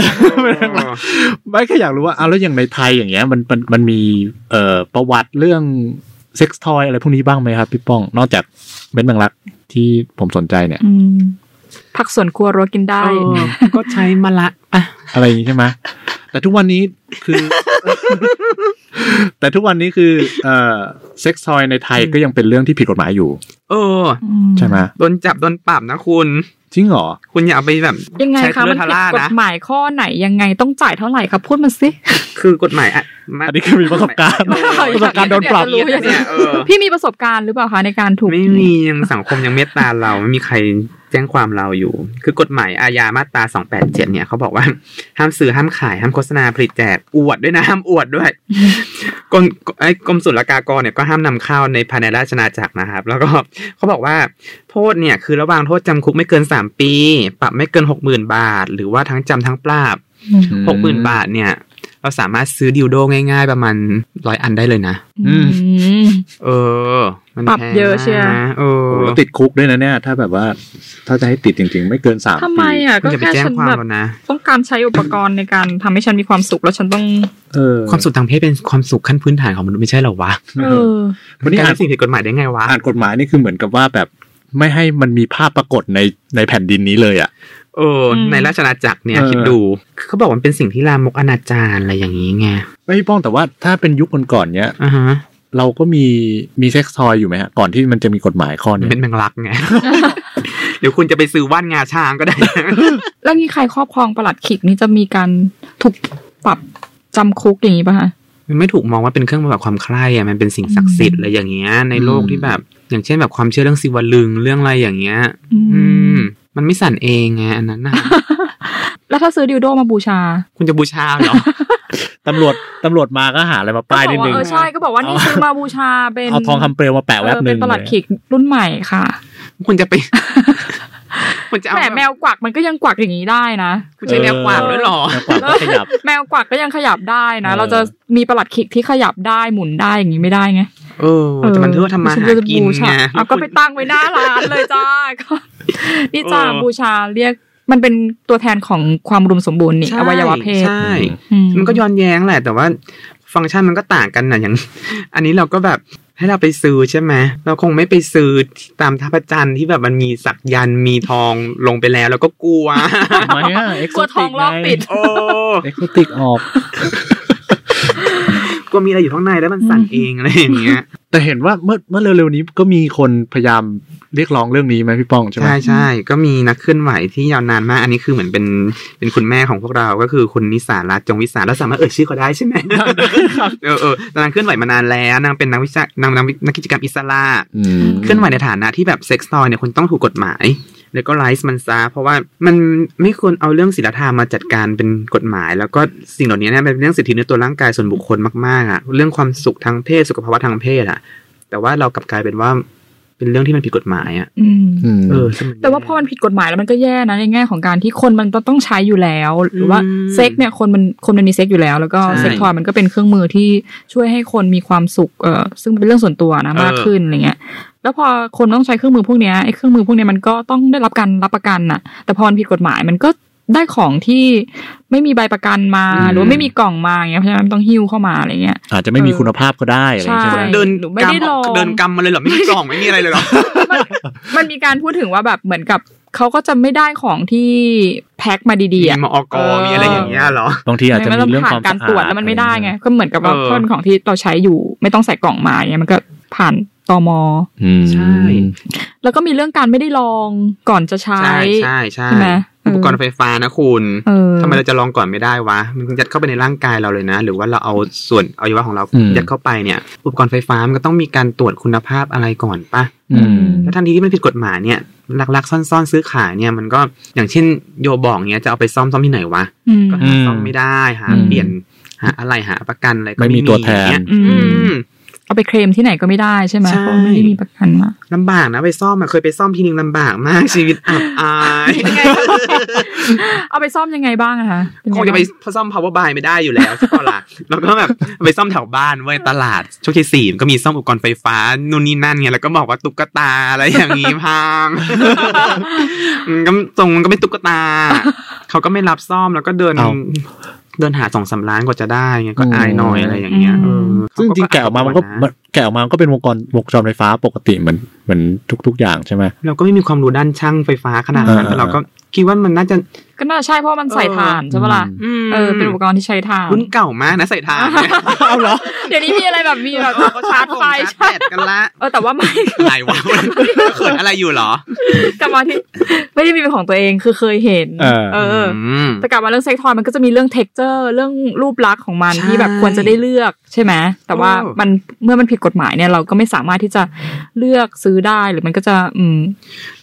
C: ไม่แค่อยากรู้ว่าเอาแล้วอย่างในไทยอย่างเงี้ยมันมันมันมีเอ่อประวัติเรื่องเซ็กซ์ทอยอะไรพวกนี้บ้างไหมครับพี่ป้อง นอกจากเบนซ์บังรักที่ผมสนใจเนี่ย
E: อืมผักสวนครัวรัวกินได้
D: เออก็ใช้มะละอ่ะ
C: อะไรอย่างนี้ใช่ไหมแต่ทุกวันนี้คือ <laughs> แต่ทุกวันนี้คือเอ่อเซ็กซ์ทอยในไทยก็ยังเป็นเรื่องที่ผิดกฎหมายอยู่
D: เออ
E: อืม
C: ใช่ไหม
D: โดนจับโดนปรับนะคุณ
C: จริงเหรอ
D: คุณอย่าเอาไปแบบ
E: ยังไง
D: ใช้
E: คะ
D: เลื
E: มั
D: อน ดทา
E: ผิด
D: ร่าก
E: ฎ
D: นะ
E: หมายข้อไหนยังไงต้องจ่ายเท่าไหร่ครับพูดมาสิ
D: คือกฎหมายอ่ะมา
C: อันนี้คือมีประสบการณ์
D: เออ <laughs>
C: ประสบการณ์โดนปรับ
E: อยากรู้อยากรู้
D: เนี่ยเอ
C: <laughs>
D: อ
E: พี่มีประสบการณ์หรือเปล่าคะในการถูก
D: ไม่มียังสังคมยังเมตตาเราไม่มีใครแจ้งความเราอยู่ คือกฎหมายอาญามาตรา287เนี่ยเขาบอกว่า ห้ามซื้อห้ามขาย ห้ามโฆษณาผลิตแจกอวดด้วยนะห้ามอวด
C: <laughs>
D: ด้วยกรมไอ้กรมศุลกากรเนี่ยก็ห้ามนำเข้าในภายในราชนาจักรนะครับ แล้วก็เขาบอกว่า โทษเนี่ยคือระหว่างโทษจำคุกไม่เกิน 3 ปี ปรับไม่เกิน 60,000 บาท หรือว่าทั้งจำทั้งปราบ
E: อืม
D: หกหมื่นบาทเนี่ย เราสามารถซื้อดิวโดง่ายๆ ประมาณร้อยอันได้เลยนะ
C: อืม
E: อืม
D: เออ มัน
E: ปรับ
D: แพง
E: เยอะเชียว
D: นะเออ
C: โอ้โหแล้วติดคุกด้วยนะเนี่ย ถ้าแบบว่าถ้าจะให้ติดจริง ๆ ไม่เกินสาม
E: ทำ
C: ปี
E: ไมอ่ะ
D: คุ
E: ก็
D: ณจะไป
E: แค่
D: แจ้ง
E: ฉัน
D: ความ
E: แบบ
D: แล้วนะ
E: ต้องการใช้อุปกรณ์ในการทำให้ฉันมีความสุขแล้วฉันต้อง
C: เออ
D: ความสุขทางเพศเป็นความสุขขั้นพื้นฐานของมนุษย์ไม่ใช่เหรอวะ
E: เออ
C: วันนี้
D: การ
C: อ่าน
D: ทำสิ่งผิดกฎหมายได้ไงวะ
C: อ่านกฎหมายนี่คือเหมือนกับว่าแบบไม่ให้มันมีภาพปรากฏในในแผ่นดินนี้เลยอ่ะ
D: เออ
E: อืม
D: ในราชอาณาจักรเนี่ย
C: เออ
D: คิดดู เขาบอกว่ามันเป็นสิ่งที่ลามกอนาจารอะไรอย่างนี้ไง
C: ไม่พี่ป้องแต่ว่าถ้าเป็นยุคก่อนๆเนี้ย
D: อ่าฮะ
C: เราก็มีมีเซ็กซ์ทอยอยู่ไหมฮะ ก่อนที่มันจะมีกฎหมายข้อ
D: มัน
C: เนี้ย
D: เป็นแมงลัก
E: <laughs>
D: ไง เดี๋ยวคุณจะไปซื้อว่านงาช้างก็ได้
E: แล้วนี่ใครครอบครองประหลัดขิกนี่จะมีการถูกปรับจำคุกอย่างนี้ป่ะคะ
D: มันไม่ถูกมองว่าเป็นเครื่องบำบัดความใคร่อะมันเป็นสิ่งศักดิ์สิทธิ์อะไรอย่างเงี้ยในโลก
C: อืม
D: ที่แบบ อย่างเช่นแบบความเชื่อเรื่องสิวลึงเรื่องอะไรอย่างเงี้ย
E: อื
D: อืม
E: ม
D: มันไม่สั่นเองไงอันนั้น
E: <laughs>
D: นะ
E: แล้วถ้าซื้อดิวโดมาบูชา
D: คุณจะบูชาเหรอ <laughs>
C: ตำรวจตำรวจมาก็หาอะไรมาป้ายนิดนึง
E: ก็บอกว่เออใช่ก็บอกว่านี่ซื้อมาบูชาเป็น
C: เอาทองคำเปลวมาแปะแวบหนึ่ง
E: เออเป็นประหลัด
C: เลย
E: ขิกรุ่นใหม่ค่ะ
D: คุณจะไป <laughs> คุณจะเอา
E: แหมแมวกวักมันก็ยังกวักอย่างนี้ได้นะ
D: คุณใช้แมวกวางด้วยเหรอ
C: แมวกวาดก็ขยับ
E: แมวกวักก็ยังขยับได้นะ
C: เออ
E: เราจะมีประหลัดขิกที่ขยับได้หมุนได้อย่างนี้ไม่ได้ไง
D: เออแต่มันเพื่อทำมาหากิน
E: บูชา
D: ไง
E: เอาก็ไปตั้งไว้หน้าร้านเลย
D: <laughs>
E: จ้าก็นี่จ้า
D: เออ
E: บูชาเรียกมันเป็นตัวแทนของความรุมสมบูรณ์นี่
D: ใช่
E: อวัยวะเพศ
D: ใช่
E: อื
D: มันก็ย้อนแย้งแหละ แต่ว่าฟังก์ชันมันก็ต่างกันนะอย่าง <laughs> อันนี้เราก็แบบให้เราไปซื้อใช่ไหมเราคงไม่ไปซื้อตามท่าพระจันทร์ที่แบบมันมีสักยันต์มีทองลงไปแล้ว แล้วก็กลัว <laughs>
C: ทำไมอ่ะเอ็ก
E: กลัว
C: ซ์
E: ทองลอกปิด
D: โอ้
C: เอ็กซ์ติกออก
D: กลัวมีอะไรอยู่ข้างในแล้วมันสั่นเองอะไรอย่างเงี้ย
C: แต่เห็นว่าเมื่อเมื่อเร็วๆนี้ก็มีคนพยายามเรียกร้องเรื่องนี้ไหมพี่ป้องใช่ไหม
D: ใช่ใช่ก็มีนักเคลื่อนไหวที่ยาวนานมาก อันนี้คือเหมือนเป็นเป็นคุณแม่ของพวกเราก็คือคุณนิสารัตน์จงวิสาแล้วสามารถเอ่ยชื่อเขาได้ใช่ไหม <laughs> เออเออแต่นางเคลื่อนไหวมานานแล้วนางเป็นนักวิชานางนางนักกิจกรรมอิสระ
C: อืม
D: เคลื่อนไหวในฐานะที่แบบเซ็กซ์ทอยเนี่ยคุณต้องถูกกฎหมาย แล้วก็ไลฟ์มันซะเพราะว่ามันไม่ควรเอาเรื่องศีลธรรมมาจัดการเป็นกฎหมาย แล้วก็สิ่งเหล่านี้เนี่ยมันเป็นเรื่องสิทธิในตัวร่างกายส่วนบุคคลมากๆอ่ะเรื่องความสุขทางเพศสุขภาวะทางเพศอ่ะ แต่ว่าเรากลับกลายเป็นว่าเป็นเรื่องที่มันผิดกฎหมายอ่ะ
E: อืม
C: อืม
D: เออซึ่งมัน
E: แต่ว่าพอมันผิดกฎหมายแล้วมันก็แย่นะในแง่ของการที่คนมันต้องใช้อยู่แล้ว หรือว่า
D: อืม
E: เซ็กเนี่ยคนมันคนมันมีเซ็กอยู่แล้ว แล้วก็
D: ใช่
E: เซ็กทอยมันก็เป็นเครื่องมือที่ช่วยให้คนมีความสุขเออซึ่งเป็นเรื่องส่วนตัวนะ
D: เออ
E: มากขึ้นอะไรเงี้ยแล้วพอคนต้องใช้เครื่องมือพวกเนี้ยไอ้เครื่องมือพวกเนี้ยมันก็ต้องได้รับการรับประกันน่ะ แต่พอมันผิดกฎหมายมันก็ได้ของที่ไม่มีใบประกันมา
D: อืม
E: หรือว่าไม่มีกล่องมาอย่างเงี้ยเพราะฉะนั้นมันต้องหิ้วเข้ามาอะไรเงี้ย
C: อาจจะไม่มีคุณภาพก็ได้อะไรอย่างงี้ใช่ไหม
E: ใช่
D: เดิน
E: หนูไม่ได้
D: กำ
E: ลอง
D: เดินกำมาเลยเหรอไม่มีกล่องไม่มีอะไรเลยเหรอ
E: มันมันมีการพูดถึงว่าแบบเหมือนกับเขาก็จะไม่ได้ของที่แพ็คมาดี
D: มี
E: ๆอะ
D: มออกมีอะไรอย่างเงี้ยเหรอ
C: บางทีอาจจะมีเรื่อง
E: ไนผ่าว
C: คาน ม
E: การ
C: สะอด
E: ตรวจแล้วมันไม่ได้ไง ก็เหมือนกับว่า
D: เออ
E: เพื่อนของที่เราใช้อยู่ ไม่ต้องใส่กล่องมาเนี่ยมันก็ผ่านตม
C: อืม
D: ใช่
E: แล้วก็มีเรื่องการไม่ได้ลองก่อนจะใช้
D: ใช่ใช่ใช่
E: ใช่ไหมเอออุ
D: อุปกรณ์ไฟฟ้านะคุณ
E: เออ
D: ทำไมเราจะลองก่อนไม่ได้วะ มันยัดเข้าไปในร่างกายเราเลยนะ หรือว่าเราเอาส่วนอวัยวะของเรายัดเข้าไปเนี่ย อุปกรณ์ไฟฟ้ามันก็ต้องมีการตรวจคุณภาพอะไรก่อนปะ
C: อืม
D: แล้วทันทีที่มันผิดกฎหมายเนี่ยหลักๆซ่อนๆซื้อขายเนี่ยมันก็อย่างเช่นโยบอกเนี่ยจะเอาไปซ่อมซ่อมที่ไหนวะ
E: อืม
D: ก็หาซ่อมไม่ได้หา
C: อืม
D: เปลี่ยนหาอะไรหาประกันอะไรก็
C: ไม่มีตัวแทน
D: อย่างเงี้ย
E: อืม
D: อืม
E: เอาไปเคลมที่ไหนก็ไม่ได้ใช่ไหม
D: ใช่
E: เพราะไม่ได้มีประกันมา
D: ลำบากนะไปซ่อมอะเคยไปซ่อมทีนึงลำบากมากชีวิตอับอาย
E: ยังไง เอาไปซ่อมยังไงบ้างอะคะเป็น
D: คงจะไปซ่อม power by ไม่ได้อยู่แล้วใช่ปะล่ะแล้วก็แบบไปซ่อมแถวบ้านเว้ยตลาดช่วงที่สี่มันก็มีซ่อมอุปกรณ์ไฟฟ้านู่นนี่นั่นไงแล้วก็บอกว่าตุ๊กตาอะไรอย่างงี้พังมันก็ตรงมันก็เป็นตุ๊กตา เขาก็ไม่รับซ่อมแล้วก็เดิน
C: เอ้า
D: เดินหาสองสามล้านกว่าจะได้ไงก็
C: อืม
D: อายหน่อยอะไรอย่างเงี้ยเออ
C: ซึ่งจริงๆแกะออกมามันก็มันแกะออกมามันก็เป็นวงจรวงจรไฟฟ้าปกติเหมือนเหมือนทุก ๆ อย่างใช่ไหม
D: เราก็ไม่มีความรู้ด้านช่างไฟฟ้าขนาดนั้น
C: เออ
D: แต่เราก็คิดว่ามันน่าจะ
E: ก็น่าใช่เพราะมันใส่ถ่านใช่ปะล่ะเออเป็นอุปกรณ์ที่ใช้ถ่าน
D: รุ่นเก่ามากนะใส่ถ่านเนี่ย
C: เอาเหรอ
E: เดี๋ยวนี้มีอะไรแบบมีแบบ
D: เราก็
E: ชา
D: ชาร์
E: ร์จ
D: จไฟ
E: ไฟ
D: ชา
E: ใช่
D: ร์จแบตกันละ
E: เออแต่ว่าไม่ <laughs>
D: อะไรวะเขินอะไรอยู่เหรอก
E: ลับมาที่ <laughs> ไม่ได้มีเป็นของตัวเองคือเคยเห็น
C: เออ
E: เออ
D: ม
E: แต่กลับมาเรื่องเซ็กทอยมันก็จะมีเรื่องเท็กเจอร์เรื่องรูปลักษณ์ของมัน
D: ใช่
E: ที่แบบควรจะได้เลือกใช่ไหมแต่ว่า
D: โอ้
E: มันเมื่อมันผิดกฎหมายเนี่ยเราก็ไม่สามารถที่จะเลือกซื้อได้หรือมันก็จะ อืม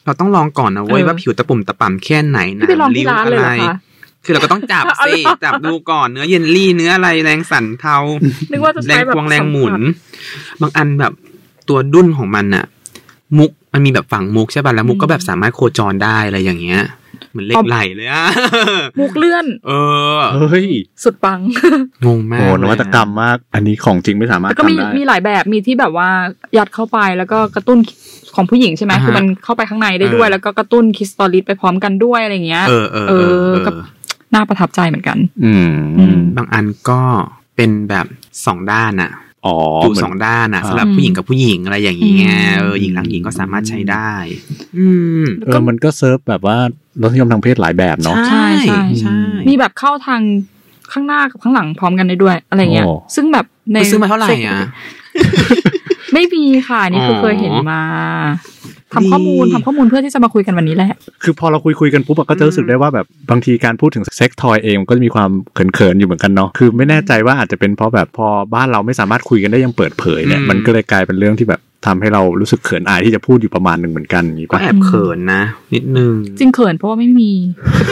D: เราต้องลองก่อนนะเว้ย
E: เออ
D: ว่าผิวตะปุ่มตะป่ำแค่ไหนห
E: พี่ไปลองที่
D: ว
E: ร้านเลยเหรอคะ
D: คือเราก็ต้องจับ
E: เอาเหร
D: สิ
E: อ
D: จับดูก่อนเนื้อเยลลี่เนื้ออะไรแรงสั่นเทา
E: <laughs> นึกว่าจะ
D: แร
E: ใช้
D: ง
E: แบบ
D: ควงแรงหมุน
E: สัผัส
D: บางอันแบบตัวดุ้นของมันอะมุกมันมีแบบฝังมุกใช่ป่ะแล้วมุกก็แบบสามารถโคจรได้อะไรอย่างเงี้ยเหมือนเหล็
E: อ๋
D: ก
E: อ
D: ไหลเลย
E: <laughs>
D: อะ
E: มุกเลื่อน
D: เออ
C: เฮ้ย
E: สุดปัง
D: งงมาก
C: โอ้น
D: เลยอะ
C: วัตกรรมมาก อันนี้ของจริงไม่สามารถ
E: แล้วก็มี
C: ทำได้
E: มีหลายแบบมีที่แบบว่ายัดเข้าไปแล้วก็กระตุ้นของผู้หญิงใช่ไหม
D: อ่าฮะ
E: คือมันเข้าไปข้างในได้ด้วย
D: เออ
E: แล้วก็กระตุ้นคริสตอลิสไปพร้อมกันด้วยอะไรอย่างเงี้ย
D: เออเออเออ
E: เออกั
D: เอบ อ
E: น่าประทับใจเหมือนกัน
C: อืม
E: อืม
D: บางอันก็เป็นแบบสองด้านอะ
C: อ๋อ
D: จู
C: เหมืน
D: สองด้านอะ
C: อ่า
D: สำหรับผู้หญิงกับผู้หญิงอะไรอย่างเงี้ย
E: อืม
D: เออหญิงรักหญิงก็สามารถใช้ได้ อืม
E: แล้ว
C: เอ
E: ก็
C: อมันก็เซิร์ฟแบบว่ารสนิยมทางเพศหลายแบบเนาะ
E: ใช่ใช่
D: ใช่
E: มี
D: นี่
E: แบบเข้าทางข้างหน้ากับข้างหลังพร้อมกันได้ด้วยอะไรเงี้ย
C: โอ้
E: ซึ่งแบบใน
D: คุณซื้อมาเท่าไหร่อะ
E: ซ็กไม่มีค่ะ นี่คือเคยเห็นมา
D: อ๋อ
E: ทำข้อมูล
D: ดี
E: ทำข้อมูลเพื่อที่จะมาคุยกันวันนี้แหละ
C: คือพอเราคุยคุยๆกันปุ๊บอะก็จะรู้สึกได้ว่าแบบบางทีการพูดถึงเซ็กทอยเองมันก็จะมีความเขินๆอยู่เหมือนกันเนาะคือไม่แน่ใจว่าอาจจะเป็นเพราะแบบพอบ้านเราไม่สามารถคุยกันได้อยังเปิดเผยเนี่ย
D: อืม
C: มันก็เลยกลายเป็นเรื่องที่แบบทำให้เรารู้สึกเขินอายที่จะพูดอยู่ประมาณหนึ่งเหมือนกันอย่างนี้
D: ก็
C: ปะ
D: แอบเขินนะ นิดนึง
E: จริงเขินเพราะว่าไม่มี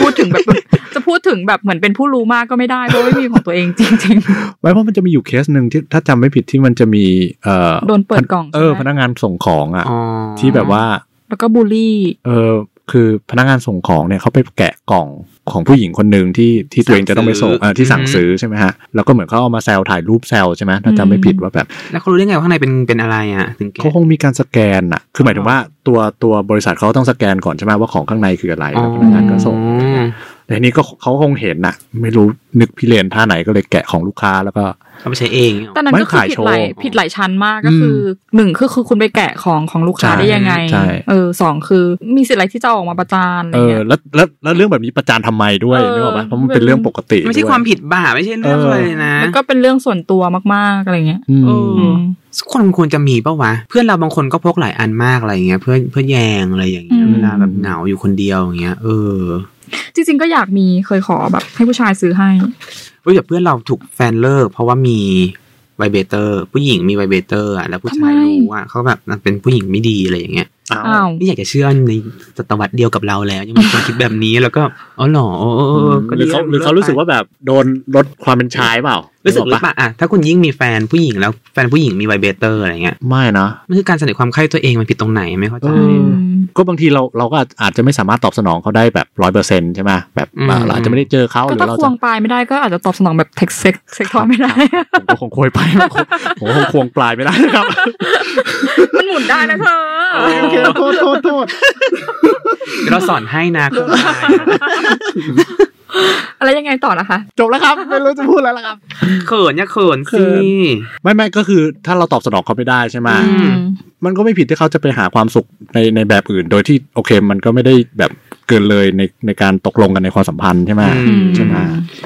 E: จะพูดถึงแบบ <laughs> จะพูดถึงแบบเหมือนเป็นผู้รู้มากก็ไม่ได้เพราะว่าไม่มีของตัวเองจริง
C: ไว้เพราะมันจะมีอยู่เคสหนึ่งที่ถ้าจำไม่ผิดที่มันจะมีเอ่อ
E: โดนเปิดกล่อง
C: เออ
E: ใช่ไหม
C: พนักงานส่งของอ่ะ
D: อ๋อ
C: ที่แบบว่า
E: ๆ แล้วก็บูลลี่
C: เออคือพนักงานส่งของเนี่ยเขาไปแกะกล่องของผู้หญิงคนหนึ่งที่ที่ตัวเองจะต้องไปส่งเออที่สั่งซื้อใช่ไหมฮะแล้วก็เหมือนเขาเอามาแซวถ่ายรูปแซวใช่ไหมถ้าจำไม่ผิดว่าแบบ
D: แล้วเขารู้ได้ไงว่าข้างในเป็นเป็นอะไรอ่ะ ถึงแกะ
C: เขาคงมีการสแกนอะคือหมายถึงว่าตัวตัวบริษัทเขาต้องสแกนก่อนใช่ไหมว่าของข้างในคืออะไรแล้วพนักงานก็ส่ง
D: อ๋อ
C: แต่ทีนี้ก็เขาคงเห็นนะไม่รู้นึกพิเรนท่าไหนก็เลยแกะของลูกค้าแล้วก็
D: เอาไปใช้เองเหรอ
E: แต่นั้นก็คือ
C: ไม่ขาย
E: ผิด
C: โชว์
E: หลายผิดหลายชั้นมากก็คืออหนึ่งคือคือคุณไปแกะของของลูกค้า
C: ใช่
E: ได้ยังไง
C: ใช่
E: เออสองคือมีสิทธิ์อะไรที่จะออกมาประจานอะไร
C: เออ
E: เงี้ย
C: แล้วแล้วแล้วเรื่องแบบนี้ประจานทำไมด้วย
E: เออ
C: นึกออกปะเพราะมันเป็นเรื่องปกติ
D: ไม่ใช่
C: ด้วย
D: ความผิดบาปไม่ใช่เรื่อง
C: เอออ
D: อะไรเลยนะ
E: แล้วก็เป็นเรื่องส่วนตัวมากๆอะไรเงี้ย
C: อืม
E: เออ
D: คนมันควรจะมีปะวะ เพื่อนเราบางคนก็พกหลายอันมากอะไรอย่างเงี้ยเพื่อเพื่อแยงอะไรอย่างเงี้ยเวลาแบบเหงาอยู่คนเดียวอย่างเงี้ยเออ
E: จริงๆก็อยากมีเคยขอแบบ ให้ผู้ชายซื้อให้
D: เว้ยแต่เพื่อนเราถูกแฟนเลิก เพราะว่ามีไวเบเตอร์ ผู้หญิงมีไวเบเตอร์อะแล้วผู้ชาย
E: ทำไม
D: รู้ว่าเขาแบบเป็นผู้หญิงไม่ดีอะไรอย่างเงี้ย
E: อ้าว
D: นี่อยากจะเชื่อในศตวรรษเดียวกับเราแล้ว ยังมีคนคิดแบบนี้แล้วก็อ๋อเหรอเออเออเออก็
C: หรื
D: ดี
C: อเขาหรือเขารู้สึกว่าแบบโดนลดความเป็นชายเปล่ารู้
D: รู้สึกหรือเปล่าอะถ้าคุณยิ่งมีแฟนผู้หญิงแล้วแฟนผู้หญิงมีไวเบเตอร์อะไรเงี้ย
C: ไม่นะ
D: มันคือการแสดงความใคร่ตัวเองมันผิดตรงไหนไม่เข้าใจ
C: เอ
E: ม
C: ก็บางทีเราเราก็อาจอาจจะไม่สามารถตอบสนองเขาได้แบบร้อยเปอร์เซ็นต์ใช่ไหมแบบ
D: อืม
C: เราอาจจะไม่ได้เจอเขาหรื
E: ก็
C: อ
E: ถ้า
C: เรา
E: คว
C: จะ
E: งปลายไม่ได้ก็อาจจะตอบสนองแบบเทคเซ็กเซ็กทอไม่ได้
C: ผมก็คงโคยไป <laughs> ผมก็คงควงปลายไม่ได้นะครับ
E: <laughs> มันหมุนได้นะเธอ
C: <laughs> โอเคโทษโทษโทษ
D: เดี๋ยวเราสอนให้นะคุณผู้ชาย
E: อะไรยังไงต่อนะคะ
C: จบแล้วครับไม่รู้จะพูดอะไรแล้วครับ
D: เขินอย่าเขิน
C: เขิ
D: สิ
C: น ไม่ไม่ก็คือถ้าเราตอบสนองเขาไม่ได้ใช่ไหม
D: อื ม
C: มันก็ไม่ผิดที่เขาจะไปหาความสุขในในแบบอื่น โดยที่โอเค มันก็ไม่ได้แบบเกินเลยในในการตกลงกันในความสัมพันธ์ใช่ไหม
D: อื
E: อืม
C: ใช่ไหม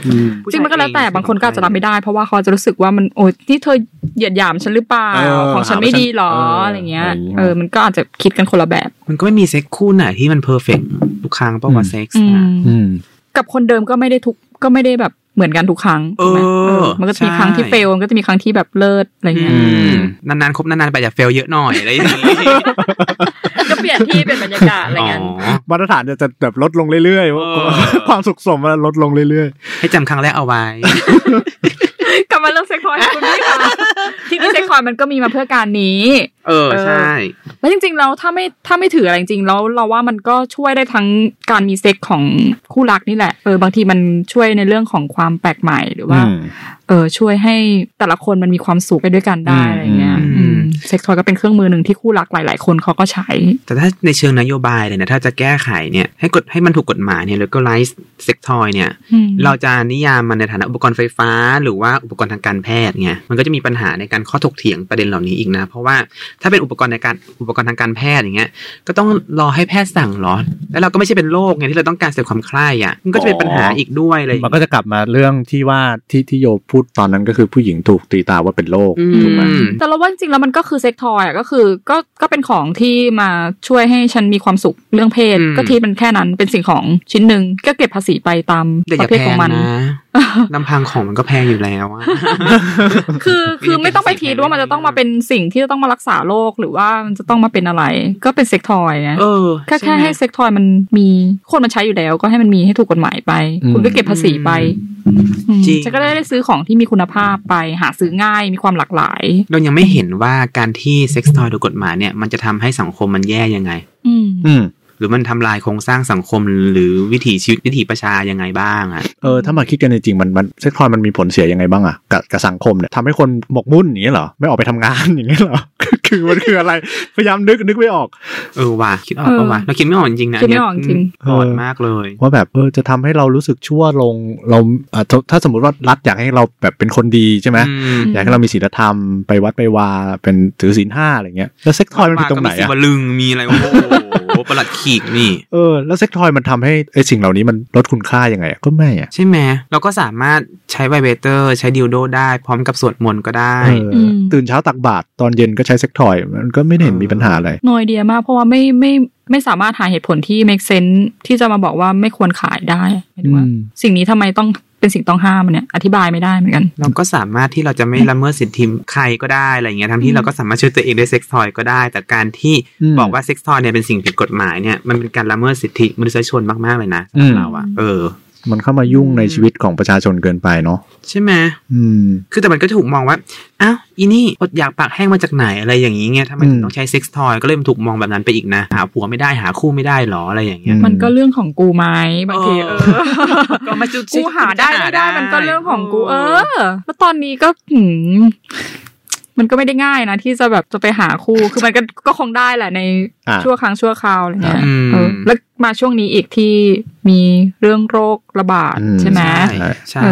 C: อืม
E: จริงมันก็แล้วแต่บางคนก็อาจจะรับไม่ได้ เพราะว่าเขาจะรู้สึกว่ามันโอ้ยที่เธอเหยียดหยามฉันหรือเปล่า
C: เออ
E: ของฉันไม่ดีหรอ
C: เอออ
E: อะไรเงี้ย
C: อะไรอย่างเงี้ย
E: เออมันก็อาจจะคิดกันคนละแบบ
D: มันก็ไม่มีเซ็กคู่ไหนที่มันเพอร์เฟกทุกครั้งเพราะว่าเซ็กซ์
E: อื
D: นะ
E: ม
C: อืม
E: กับคนเดิมก็ไม่ได้ทุกก็ไม่ได้แบบเหมือนกันทุกครั้ง
D: เออ
E: ใช่ไหมเออมันก็จะมี
D: ใช่
E: ครั้งที่เฟลมันก็จะมีครั้งที่แบบเลิศอะไรเงี้ย
D: อืมนานๆคบนานๆไปอย่าเฟลเยอะหน่ <laughs> อยอะไรอย่างนี้
E: ก็เปลี่ยนที่เปลี่ยนบรรยากาศอะไร
D: อ๋อ
E: เงี้ย
C: มาตรฐานจะจะแบบลดลงเรื่อยๆว่า
D: เออ
C: ความสุขสมมันลดลงเรื่อย
D: ให้จำครั้งแรกเอาไว้
E: กลับมาเรื่องเซ็กทอยให้คุณด้วยค่ะ <laughs> ที่นี่เซ็กทอยมันก็มีมาเพื่อการนี้
D: เออ ใช่
E: แล้วจริงๆแล้วถ้าไม่ถ้าไม่ถืออะไรจริงๆแล้วเราว่ามันก็ช่วยได้ทั้งการมีเซ็กของคู่รักนี่แหละเออบางทีมันช่วยในเรื่องของความแปลกใหม่หรือ
C: ๆ
E: ว่า
C: อืม
E: เออช่วยให้แต่ละคนมันมีความสุขไปด้วยกันได้อะไรเงี้ย
D: อืม
E: อืมเซ็กทอยก็เป็นเครื่องมือหนึ่งที่คู่รักหลาย ๆ คนเขาก็ใช้
D: แต่ถ้าในเชิงนโยบายเลยนะถ้าจะแก้ไขเนี่ย ให้กฎให้มันถูกกฎหมายเนี่ยแล้วก็ไลซ์เซ็กทอยเนี่ย
E: อืม
D: เราจะนิยามมันในฐานะอุปกรณ์ไฟฟ้า หรือว่าอุปกรณ์ทางการแพทย์ไงมันก็จะมีปัญหาในการข้อถกเถียงประเด็นเหล่านี้อีกนะ เพราะว่าถ้าเป็นอุปกรณ์ในการอุปกรณ์ทางการแพทย์อย่างเงี้ยก็ต้องรอให้แพทย์สั่งเหรอ แล้วเราก็ไม่ใช่เป็นโรคไงที่เราต้องการเสริมความใคร่อ่ะมันก็จะเป็นปัญหาอีกด้วยอะไรอย่าง
C: มัน
D: เงี้ย
C: ก็จะกลับมาเรื่องที่ว่าที่ที่โยพูดตอนนั้นก็คือผู้หญิงถูกตีตาว่าเป็นโรค
D: อื
C: ถูกไหม
D: ม
E: แต่เราว่าจริงๆแล้วมันก็คือเซ็กทอยอ่ะก็คือก็ก็เป็นของที่มาช่วยให้ฉันมีความสุขเรื่องเพศ
D: อืม
E: ก็ที่มันแค่นั้นเป็นสิ่งของชิ้นหนึ่งก็เก็บภาษีไปตาม
D: แต่อ
E: ป
D: ย่า
E: ระเภท
D: แพ
E: ของงมัน
D: นะลำพัง <laughs> ของมันก็แพงอยู่แล้วอะ
E: คือคือ
D: ไม่
E: ไม่
D: ได้เป็น
E: ต้องไปคิดว่ามัน
D: สิ่ง
E: จะต้อง
D: แพร่
E: มาเป็นสิ่งที่จะต้องมารักษาโรคหรือว่ามันจะต้องมาเป็นอะไร ก็เป็นเซ็กทอยนะ
D: เออ
E: แค่
D: ช่
E: แค่
D: ไม
E: ให้เซ็กทอยมันมีคนมันใช้อยู่แล้วก็ให้มันมีให้ถูกกฎหมายไป
C: อืม
E: คุณก็เก็บภาษีไปอืม
D: จริง
E: ฉันก็ได้ได้ซื้อของที่มีคุณภาพไป หาซื้อง่ายมีความหลากหลาย
D: เรายังไม่เห็นว่าการที่เซ็กซ์ทอยถูกกฎหมายเนี่ยมันจะทำให้สังคมมันแย่ยังไง
E: อืม
C: อืม
D: หรือมันทำลายโครงสร้างสังคมหรือวิถีชีวิตวิถีประชายังไงบ้างอ่ะ
C: เออถ้ามาคิดกันจริงๆมันมันเซ็กทอยมันมีผลเสียยังไงบ้างอะกับกับสังคมเนี่ยทำให้คนหมกมุ่นอย่างนี้ยเหรอ ไม่ออกไปทำงาน <laughs> อย่างนี้ยเหรอ คือมันคืออะไร พยายามนึกนึกไม่ออก
D: เออว่ะคิดออก
E: เออ
D: ปะวะเราคิดไม่ออกจริงๆนะ
E: คิดไม่ออกจริง
D: เนี้ยอืมอ่อนมากเลย
C: ว่าแบบเออจะทำให้เรารู้สึกชั่วลงเราอ่ะถ้าถ้าสมมติว่ารัฐอยากให้เราแบบเป็นคนดีใช่ไหม
D: อืม
C: อยากให้เรามีศีลธรรมไปวัดไปวาเป็นถือศีลห้าอะไรเงี้ยแล้วเซ็กทอยมันผิดตรงไหน
D: ปากก็มีสิ
C: อะ
D: วลึงมีอะไรโอ้โหประหลัดขีกนี่
C: เออแล้วเซ็กทอยมันทำให้ไอสิ่งเหล่านี้มันลดคุณค่ายังไงอะก็ไม่อะ
D: ใช่ไหมเราก็สามารถใช้ไวเบเตอร์ ใช้ดิวโดได้ พร้อมกับสวดมนต์ก็ได้
C: เอออ
E: ม
C: ตื่นเช้าตักบาตรตอนเย็นก็ใช้เซ็ก ถอย มันก็ไม่เห็นมีปัญหาอะไร
E: นอยเดียมากเพราะว่าไม่ไม่ไม่สามารถหาเหตุผลที่ make sense ที่จะมาบอกว่าไม่ควรขายได้หมายถึงว่า
C: อืม
E: สิ่งนี้ทำไมต้องเป็นสิ่งต้องห้ามเนี่ย อธิบายไม่ได้เหมือนกัน
D: เราก็สามารถที่เราจะไม่ละเมิดสิทธิใครก็ได้อะไรเงี้ยทั้ง
E: อื
D: ที่
E: ม
D: เราก็สามารถช่วยตัวเองด้วยเซ็กซ์ทอยก็ได้ แต่การที่
C: อืม
D: บอกว่าเซ็กซ์ทอยเนี่ยเป็นสิ่งผิดกฎหมายเนี่ยมันเป็นการละเมิดสิทธิมนุษยชนมากๆเลยนะสำห
C: อืม
D: รับเราอะเออ
C: มันเข้ามายุ่งในชีวิตของประชาชนเกินไปเนาะ
D: ใช่ไหม
C: อืม
D: คือแต่มันก็ถูกมองว่าอ้าวอีนี่อดอยากปากแห้งมาจากไหนอะไรอย่างนี้ไงทำไมถึงต้องใช้เซ็กซ์ทอยก็เลยมันถูกมองแบบนั้นไปอีกนะหาผัวไม่ได้หาคู่ไม่ได้หรออะไรอย่างเงี้ย
C: อืม
E: มันก็เรื่องของกูไหมบางทีเออ
D: ก็มาจุด
E: กูหาได้ไม่ได้มันก็เรื่องของกูเออ แล้วตอนนี้ก็หืมมันก็ไม่ได้ง่ายนะที่จะแบบจะไปหาคู่ คือมันก็ก็คงได้แหละใน
C: อ่ะ
E: ชั่วครั้งชั่วคราวอะไรเงี้ย
D: อืม
E: เออแล้วมาช่วงนี้อีกที่มีเรื่องโรคระบาด
C: อืม
E: ใช่ไหม
D: ใช่
E: เอ
D: ใช่
E: อ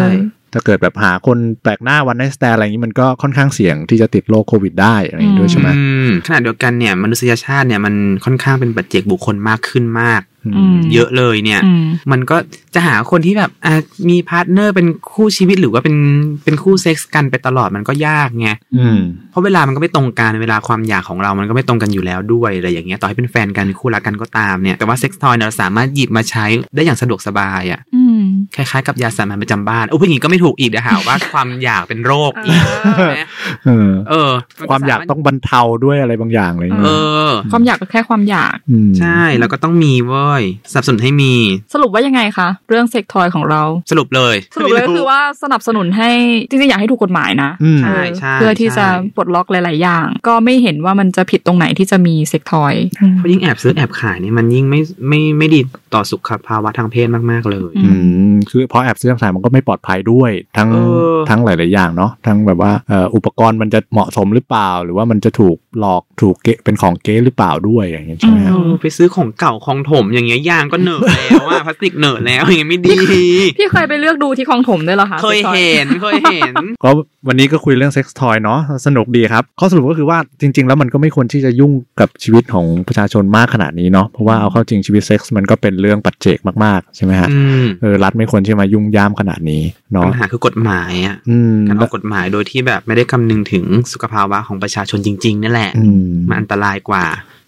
C: ถ้าเกิดแบบหาคนแปลกหน้าวันในสแตนอะไรอย่างนี้มันก็ค่อนข้างเสี่ยงที่จะติดโรคโควิดได้อะไรอย่างนี้ด้วยใช่ไหม
D: อืมขณะเดียวกันเนี่ยมนุษยชาติเนี่ยมันค่อนข้างเป็นปัจเจกบุคคลมากขึ้นมาก
E: อืม
D: เยอะเลยเนี่ย
E: อืม
D: มันก็จะหาคนที่แบบอ่ะมีพาร์ทเนอร์เป็นคู่ชีวิตหรือว่าเป็นเป็นคู่เซ็กซ์กันไปตลอดมันก็ยากไง
C: อืม
D: เพราะเวลามันก็ไม่ตรงกันเวลาความอยากของเรามันก็ไม่ตรงกันอยู่แล้วด้วยอะไรอย่างเงี้ยต่อให้เป็นแฟนกันคู่รักกันก็ตามเนี่ยแต่ว่าเซ็กซ์ทอยเนี่ยเราสามารถหยิบมาใช้ได้อย่างสะดวกสบายอ่ะ
E: อืม
D: คล้ายๆกับยาสามัญประจำบ้านโอ้พูดอย่างงี้ก็ไม่ถูกอีกเดี๋ยวหาว่าความอยากเป็นโรคอีกใช่ไหม
C: เออ
D: เออ
C: ค
D: ก็สรถ
C: วามอยากต้องบรรเทาด้วยอะไรบางอย่างอะไรอย่าง
E: ม
D: เอ
C: เงี้ย
D: อ
E: <laughs> ความอยากก็แค่ความอยาก
C: ม
D: ใช่ แล้วก็ต้องมีเว้ยสนับสนุนให้มี
E: สรุปว่ายังไงคะ เรื่องเซ็กทอยของเรา
D: สรุปเลย
E: สรุปเลยก็คือว่าสนับสนุนให้จริงๆอยากให้ถูกกฎหมายนะ
C: อืม
D: ใช่ใช่
E: เพื่อที่จะ
D: ใช่
E: ปลดล็อกหลาย ๆ อย่าง ก็ไม่เห็นว่ามันจะผิดตรงไหนที่จะมีเซ็กทอย
D: เพราะยิ่งแอบซื้อแอบขายนี่มันยิ่งไม่ไม่ไม่ดีต่อสุขภาวะทางเพศมาก ๆ เลย
E: อื
C: อืมคือเพราะแอบซื้อสายมันก็ไม่ปลอดภัยด้วยทั้ง
D: เออ
C: ทั้งหลาย ๆ อย่างเนาะทั้งแบบว่าเอ่ออุปกรณ์มันจะเหมาะสมหรือเปล่า หรือว่ามันจะถูกหลอกถูกเกะเป็นของเก๊หรือเปล่าด้วยอย่างเงี้ยใช่ไหม
E: อื
C: ฮะ
D: เอ
E: ม
D: อไปซื้อของเก่าของถมอย่างเงี้ยยางก็เหนอะแล้วอะ <laughs> พลาสติกเหนอะแล้วอย่างเงี้ยไม่ดี
E: พี่เคยไปเลือกดูที่คลองถมด้วยเหรอคะ
D: เคย
E: ซ็กทอ
D: เห็นเคยเห็น
C: <laughs> ก็วันนี้ก็คุยเรื่องเซ็กซ์ทอยเนาะสนุกดีครับ ข้อสรุปก็คือว่าจริง ๆ แล้วมันก็ไม่ควรที่จะยุ่งกับชีวิตของประชาชนมากขนาดนี้เนาะเพราะว่าเอาเข้าจริงชีวิตเซ็กซ์มันก็เป็นเรื่องปัจเจกมาก ๆ ใช่ไหมฮะ
D: อืม
C: เออรัฐไม่ควรที่จะมายุ่งย่ามขนาดนี้เนาะ
D: ปัญหาคือกฎหมายอะ
C: อืม
D: การออกกฎหมายโดยที่แบบไม่ได้คำนึงถึงสุขภาวะของประชาชนจริงๆนั่นแหละ
C: อืม
D: มันอันตรายกว่า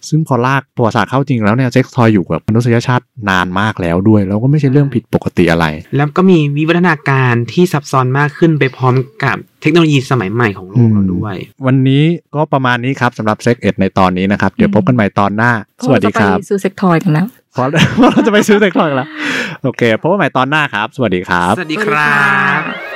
C: ซึ่งพอลากประวัติศาสตร์เข้าจริงแล้วเนี่ยเซ็กซ์ทอยอยู่กับมนุษยชาตินานมากแล้วด้วย แล้วก็ไม่ใช่เรื่องผิดปกติอะไร
D: แล้วก็มีวิวัฒนาการที่ซับซ้อนมากขึ้นไปพร้อมกับเทคโนโลยีสมัยใหม่ของโลกเราด้วย
C: วันนี้ก็ประมาณนี้ครับสำหรับเซ็กเอ็ดในตอนนี้นะครับ เดี๋ยว
E: อืม
C: พบกันใหม่ตอนหน้า
E: เพาะ
C: สวัสดีครับ
E: เาจะไปซื้อเซ็กทอยกันแล้ว
C: เพราะ <laughs> เพราะเราจะไปซื้อเซ็กซ์ทอยกันแล้ว โอเคพบกันใหม่ตอนหน้าครับ สวัสดีครับ
D: สวัสดีครับ